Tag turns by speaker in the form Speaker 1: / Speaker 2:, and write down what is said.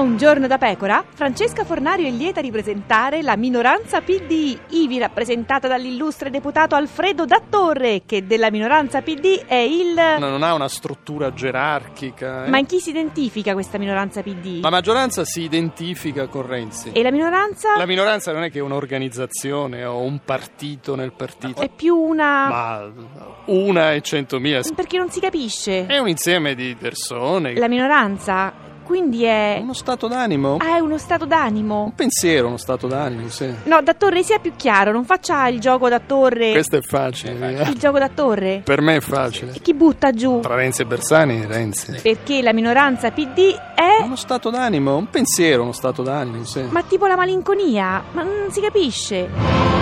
Speaker 1: un giorno da pecora, Francesca Fornario è lieta di presentare la minoranza PD, ivi rappresentata dall'illustre deputato Alfredo Dattorre, che della minoranza PD è il...
Speaker 2: No, non ha una struttura gerarchica. eh.
Speaker 1: Ma in chi si identifica questa minoranza PD?
Speaker 2: La maggioranza si identifica con Renzi.
Speaker 1: E la minoranza
Speaker 2: La minoranza non è che è un'organizzazione o un partito nel partito,
Speaker 1: è più una...
Speaker 2: ma una e centomila.
Speaker 1: Perché non si capisce.
Speaker 2: È un insieme di persone,
Speaker 1: La minoranza, quindi è...
Speaker 2: uno stato d'animo,
Speaker 1: Ah, Eh. è uno stato d'animo.
Speaker 2: un pensiero, uno stato d'animo, sì.
Speaker 1: No, da torre sia più chiaro, non faccia il gioco da torre.
Speaker 2: Questo è facile, eh.
Speaker 1: Il gioco da torre.
Speaker 2: per me è facile.
Speaker 1: E chi butta giù?
Speaker 2: Tra Renzi e Bersani, Renzi.
Speaker 1: Perché la minoranza PD è...
Speaker 2: Uno stato d'animo, un pensiero, uno stato d'animo, sì.
Speaker 1: Ma tipo la malinconia, ma non si capisce.